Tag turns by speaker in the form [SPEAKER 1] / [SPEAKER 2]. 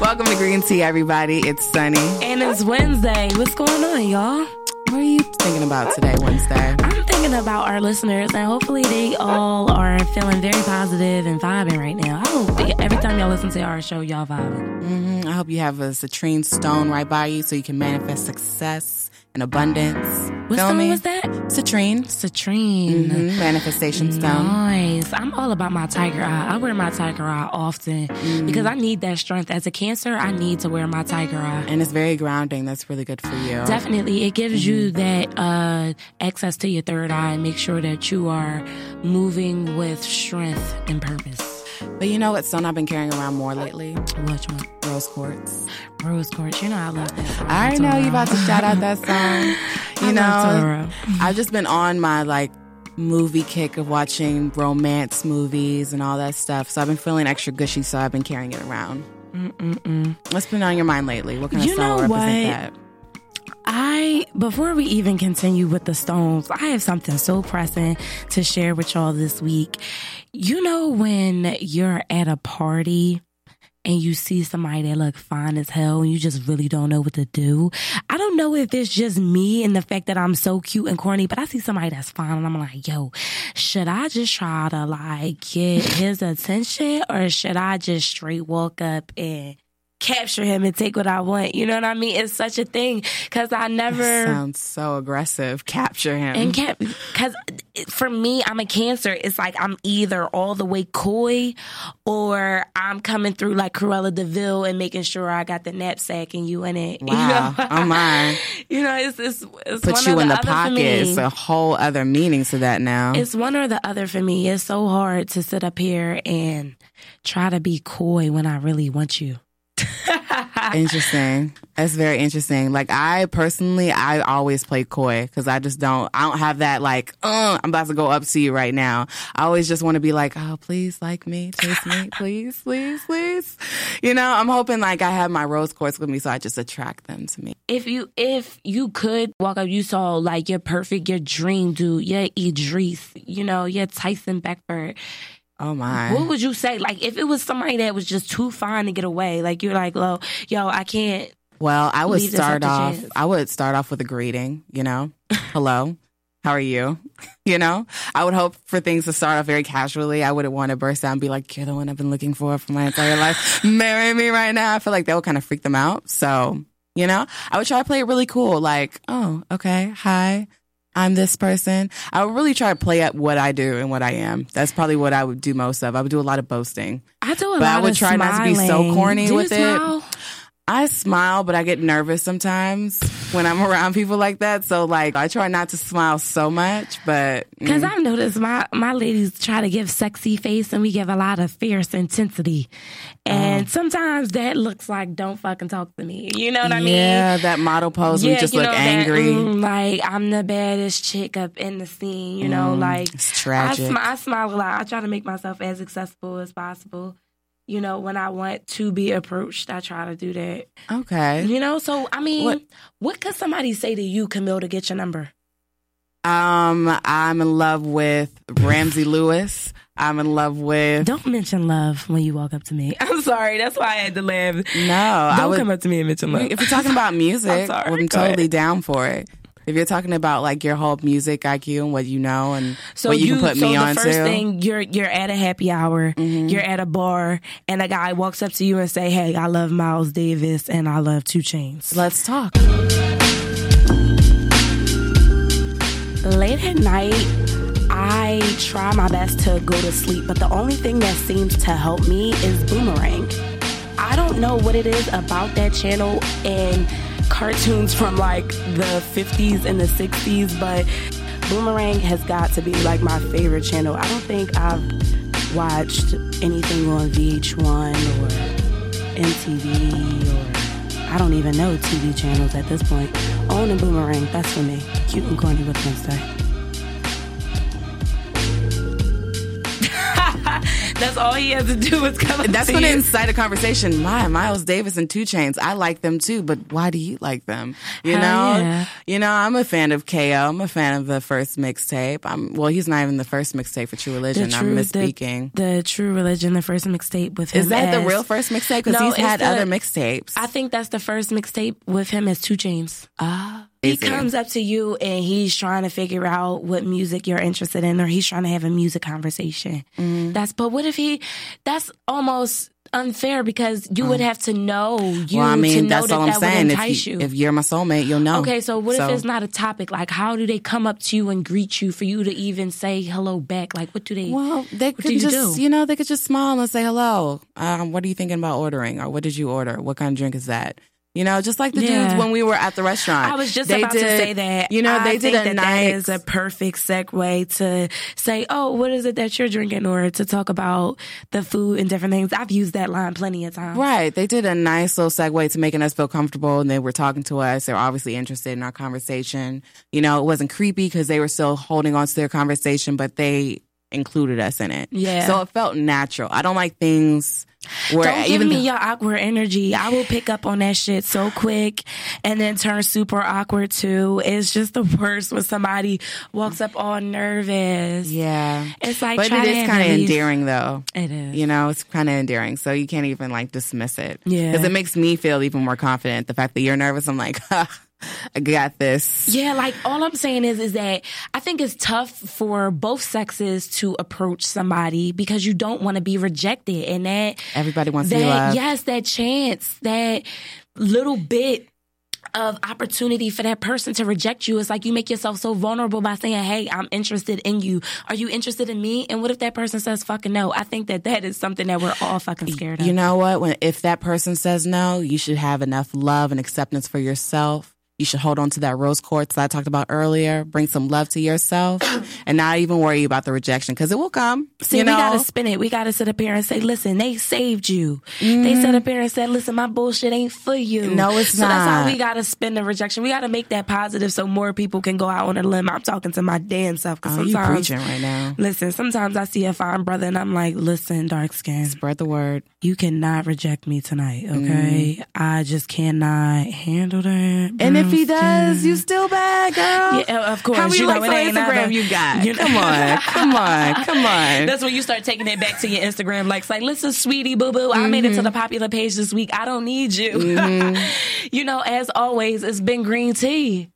[SPEAKER 1] Welcome to Green Tea, everybody. It's Sunny.
[SPEAKER 2] And it's Wednesday. What's going on, y'all?
[SPEAKER 1] What are you thinking about today, Wednesday?
[SPEAKER 2] I'm thinking about our listeners, and hopefully, they all are feeling very positive and vibing right now. I hope every time y'all listen to our show, y'all vibing.
[SPEAKER 1] Mm, I hope you have a citrine stone right by you so you can manifest success and abundance.
[SPEAKER 2] What
[SPEAKER 1] Feel
[SPEAKER 2] song
[SPEAKER 1] me?
[SPEAKER 2] was that?
[SPEAKER 1] Citrine.
[SPEAKER 2] Citrine. Mm-hmm.
[SPEAKER 1] Mhm, Manifestation stone.
[SPEAKER 2] Nice. I'm all about my tiger eye. I wear my tiger eye often
[SPEAKER 1] Mm-hmm.
[SPEAKER 2] because I need that strength. As a cancer, I need to wear my tiger eye.
[SPEAKER 1] And it's very grounding. That's really good for you.
[SPEAKER 2] Definitely, it gives you
[SPEAKER 1] Mm-hmm.
[SPEAKER 2] that uh, access to your third eye and make sure that you are moving with strength and purpose.
[SPEAKER 1] But you know what stone I've been carrying around more lately?
[SPEAKER 2] Which one?
[SPEAKER 1] Rose quartz.
[SPEAKER 2] Rose quartz. You know I love that. song.
[SPEAKER 1] I already know you about to shout out that song. You know,
[SPEAKER 2] Toro.
[SPEAKER 1] I've just been on my like movie kick of watching romance movies and all that stuff. So I've been feeling extra gushy, so I've been carrying it around.
[SPEAKER 2] Mm-mm-mm.
[SPEAKER 1] What's been on your mind lately? What kind of
[SPEAKER 2] You
[SPEAKER 1] song
[SPEAKER 2] know
[SPEAKER 1] represent
[SPEAKER 2] I before we even continue with the stones, I have something so pressing to share with y'all this week. You know when you're at a party and you see somebody that look fine as hell and you just really don't know what to do. I don't know if it's just me and the fact that I'm so cute and corny, but I see somebody that's fine and I'm like, yo, should I just try to like get his attention or should I just straight walk up and capture him and take what I want? You know what I mean? It's such a thing because I
[SPEAKER 1] that?
[SPEAKER 2] never.
[SPEAKER 1] Sounds so aggressive. Capture him.
[SPEAKER 2] And can't because for me, I'm a cancer. It's like I'm either all the way coy, or I'm coming through like Cruella Deville and making sure I got the knapsack and you in it.
[SPEAKER 1] wow.
[SPEAKER 2] You know?
[SPEAKER 1] Oh my.
[SPEAKER 2] You know, it's it's, it's one
[SPEAKER 1] Put
[SPEAKER 2] or
[SPEAKER 1] you in the
[SPEAKER 2] other for
[SPEAKER 1] pocket.
[SPEAKER 2] me.
[SPEAKER 1] It's a whole other meaning to that now.
[SPEAKER 2] It's one or the other for me. It's so hard to sit up here and try to be coy when I really want you.
[SPEAKER 1] interesting. That's very interesting. Like I personally, I always play coy because I just don't. I don't have that like. Uh, I'm about to go up to you right now. I always just want to be like, oh, please like me, chase me, please, please, please. You know, I'm hoping like I have my rose quartz with me, so I just attract them to me.
[SPEAKER 2] if you if you could walk up, you saw like your perfect, your dream dude, your Idris, you know, your Tyson Beckford.
[SPEAKER 1] Oh my.
[SPEAKER 2] What would you say? Like if it was somebody that was just too fine to get away, like you're like, "Lo, yo, I can't."
[SPEAKER 1] Well, I would
[SPEAKER 2] leave this up
[SPEAKER 1] start
[SPEAKER 2] to
[SPEAKER 1] off.
[SPEAKER 2] chance.
[SPEAKER 1] I would start off with a greeting. You know, hello, how are you? You know, I would hope for things to start off very casually. I wouldn't want to burst out and be like, "You're the one I've been looking for for my entire life. Marry me right now." I feel like that would kind of freak them out. So, you know, I would try to play it really cool. Like, oh, okay, hi. I'm this person. I would really try to play up what I do and what I am. That's probably what I would do most of. I would do a lot of boasting.
[SPEAKER 2] I do a
[SPEAKER 1] But I
[SPEAKER 2] lot
[SPEAKER 1] would
[SPEAKER 2] of
[SPEAKER 1] try not to be so
[SPEAKER 2] smiling.
[SPEAKER 1] corny
[SPEAKER 2] do
[SPEAKER 1] with it.
[SPEAKER 2] you smile?
[SPEAKER 1] I smile, but I get nervous sometimes when I'm around people like that. So like, I try not to smile so much, but mm,
[SPEAKER 2] Because I've noticed my, my ladies try to give sexy face and we give a lot of fierce intensity. And sometimes that looks like don't fucking talk to me. You know what I mean?
[SPEAKER 1] yeah, that model pose, we just
[SPEAKER 2] you
[SPEAKER 1] look
[SPEAKER 2] know, that,
[SPEAKER 1] angry.
[SPEAKER 2] mm, like I'm the baddest chick up in the scene, you know, like
[SPEAKER 1] Mm, it's tragic.
[SPEAKER 2] I, sm- I smile a lot. I try to make myself as accessible as possible. You know, when I want to be approached, I try to do that.
[SPEAKER 1] okay.
[SPEAKER 2] You know, so I mean,
[SPEAKER 1] What-
[SPEAKER 2] what, could somebody say to you, Camille, to get your number?
[SPEAKER 1] Um, I'm in love with Ramsey Lewis. I'm in love with
[SPEAKER 2] Don't mention love when you walk up to me. I'm sorry, that's why I had to laugh. Don't
[SPEAKER 1] no. Oh, I would,
[SPEAKER 2] come up to me and mention love.
[SPEAKER 1] if you're talking about music, I'm,
[SPEAKER 2] sorry, go ahead.
[SPEAKER 1] totally down for it. If you're talking about like your whole music IQ and what you know and
[SPEAKER 2] So
[SPEAKER 1] what you, can put
[SPEAKER 2] so
[SPEAKER 1] me
[SPEAKER 2] the
[SPEAKER 1] on
[SPEAKER 2] first
[SPEAKER 1] to, Mm-hmm.
[SPEAKER 2] thing you're you're at a happy hour, you're at a bar, and a guy walks up to you and say, "Hey, I love Miles Davis and I love Two Chains."
[SPEAKER 1] let's talk.
[SPEAKER 2] Late at night, I try my best to go to sleep, but the only thing that seems to help me is Boomerang. I don't know what it is about that channel and cartoons from like the 50s and the 60s, but Boomerang has got to be like my favorite channel. I don't think I've watched anything on VH1 or MTV or I don't even know TV channels at this point. Own and Boomerang, that's for me. Cute and corny with Wednesday. That's all he has to do is come. up
[SPEAKER 1] That's
[SPEAKER 2] to
[SPEAKER 1] going to
[SPEAKER 2] you.
[SPEAKER 1] incite a conversation. My Miles Davis and Two Chains, I like them too, but why do you like them? You
[SPEAKER 2] Hell
[SPEAKER 1] know,
[SPEAKER 2] yeah.
[SPEAKER 1] you know, I'm a fan of Ko. I'm a fan of the first mixtape. I'm well, he's not even the first mixtape for True Religion. I'm misspeaking.
[SPEAKER 2] The, the True Religion, the first mixtape with him.
[SPEAKER 1] Is that the
[SPEAKER 2] as-
[SPEAKER 1] real first mixtape? Because
[SPEAKER 2] No,
[SPEAKER 1] he's
[SPEAKER 2] it's
[SPEAKER 1] had
[SPEAKER 2] the-
[SPEAKER 1] other mixtapes.
[SPEAKER 2] I think that's the first mixtape with him as Two Chains.
[SPEAKER 1] Ah,
[SPEAKER 2] He comes up to you and he's trying to figure out what music you're interested in, or he's trying to have a music conversation.
[SPEAKER 1] Mm-hmm.
[SPEAKER 2] That's but what if he? That's almost unfair because you would have to know you
[SPEAKER 1] Mm. Well, I
[SPEAKER 2] to
[SPEAKER 1] mean,
[SPEAKER 2] know
[SPEAKER 1] that's
[SPEAKER 2] that
[SPEAKER 1] all I'm
[SPEAKER 2] that
[SPEAKER 1] saying.
[SPEAKER 2] would
[SPEAKER 1] If,
[SPEAKER 2] entice
[SPEAKER 1] you,
[SPEAKER 2] you.
[SPEAKER 1] if you're my soulmate, you'll know.
[SPEAKER 2] Okay, so what
[SPEAKER 1] So-
[SPEAKER 2] if it's not a topic? Like, how do they come up to you and greet you for you to even say hello back? Like, what do they?
[SPEAKER 1] Well, they
[SPEAKER 2] What
[SPEAKER 1] could
[SPEAKER 2] do you
[SPEAKER 1] just,
[SPEAKER 2] do?
[SPEAKER 1] you know, they could just smile and say hello. Um, what are you thinking about ordering? Or what did you order? What kind of drink is that? You know, just like the dudes
[SPEAKER 2] Yeah.
[SPEAKER 1] when we were at the restaurant.
[SPEAKER 2] I was just
[SPEAKER 1] They
[SPEAKER 2] about to
[SPEAKER 1] did-
[SPEAKER 2] say that.
[SPEAKER 1] You know,
[SPEAKER 2] I
[SPEAKER 1] they
[SPEAKER 2] think
[SPEAKER 1] did a
[SPEAKER 2] that
[SPEAKER 1] nice.
[SPEAKER 2] That is a perfect segue to say, "Oh, what is it that you're drinking?" or to talk about the food and different things. I've used that line plenty of times.
[SPEAKER 1] Right. They did a nice little segue to making us feel comfortable and they were talking to us. They were obviously interested in our conversation. You know, it wasn't creepy because they were still holding on to their conversation, but they included us in it.
[SPEAKER 2] Yeah.
[SPEAKER 1] So it felt natural. I don't like things where
[SPEAKER 2] Don't give
[SPEAKER 1] even
[SPEAKER 2] me
[SPEAKER 1] though-
[SPEAKER 2] your awkward energy. I will pick up on that shit so quick and then turn super awkward too. It's just the worst when somebody walks up all nervous.
[SPEAKER 1] yeah.
[SPEAKER 2] It's like,
[SPEAKER 1] But
[SPEAKER 2] try
[SPEAKER 1] it
[SPEAKER 2] to
[SPEAKER 1] is
[SPEAKER 2] have
[SPEAKER 1] kind of
[SPEAKER 2] relief.
[SPEAKER 1] endearing though.
[SPEAKER 2] It is.
[SPEAKER 1] You know, it's kind of endearing. So you can't even like dismiss it.
[SPEAKER 2] Yeah.
[SPEAKER 1] Because it makes me feel even more confident. The fact that you're nervous, I'm like, ha, I got this.
[SPEAKER 2] Yeah, like all I'm saying is is that I think it's tough for both sexes to approach somebody because you don't want to be rejected and that
[SPEAKER 1] Everybody wants to be
[SPEAKER 2] that
[SPEAKER 1] loved.
[SPEAKER 2] yes, that chance, that little bit of opportunity for that person to reject you. It's like you make yourself so vulnerable by saying, Hey, I'm interested in you. Are you interested in me? And what if that person says fucking no? I think that that is something that we're all fucking scared of.
[SPEAKER 1] You know what? When if that person says no, you should have enough love and acceptance for yourself. You should hold on to that rose quartz that I talked about earlier. Bring some love to yourself, and not even worry about the rejection because it will come.
[SPEAKER 2] See,
[SPEAKER 1] you know,
[SPEAKER 2] we gotta spin it. We gotta sit up here and say, listen, they saved you. They sat up here and said, listen, my bullshit ain't for you.
[SPEAKER 1] Mm-hmm. No, it's
[SPEAKER 2] so that's
[SPEAKER 1] not.
[SPEAKER 2] how we gotta spin the rejection. We gotta make that positive so more people can go out on a limb. I'm talking to my damn self because
[SPEAKER 1] Oh, you
[SPEAKER 2] sometimes,
[SPEAKER 1] preaching right now.
[SPEAKER 2] listen, sometimes I see a fine brother and I'm like, listen, dark skin,
[SPEAKER 1] Spread the word.
[SPEAKER 2] you cannot reject me tonight, okay? I just cannot handle that.
[SPEAKER 1] Mm-hmm. And if
[SPEAKER 2] brown
[SPEAKER 1] he
[SPEAKER 2] skin."
[SPEAKER 1] does, you still bad, girl.
[SPEAKER 2] Mm, Yeah, of course.
[SPEAKER 1] How many
[SPEAKER 2] You know,
[SPEAKER 1] likes
[SPEAKER 2] it
[SPEAKER 1] on
[SPEAKER 2] ain't
[SPEAKER 1] Instagram
[SPEAKER 2] nothing.
[SPEAKER 1] you got?
[SPEAKER 2] You know-
[SPEAKER 1] Come on, come on, come on.
[SPEAKER 2] That's when you start taking it back to your Instagram likes. Like, listen, sweetie, boo boo, I made it to the popular page this week. I don't need you. you know, as always, it's been green tea.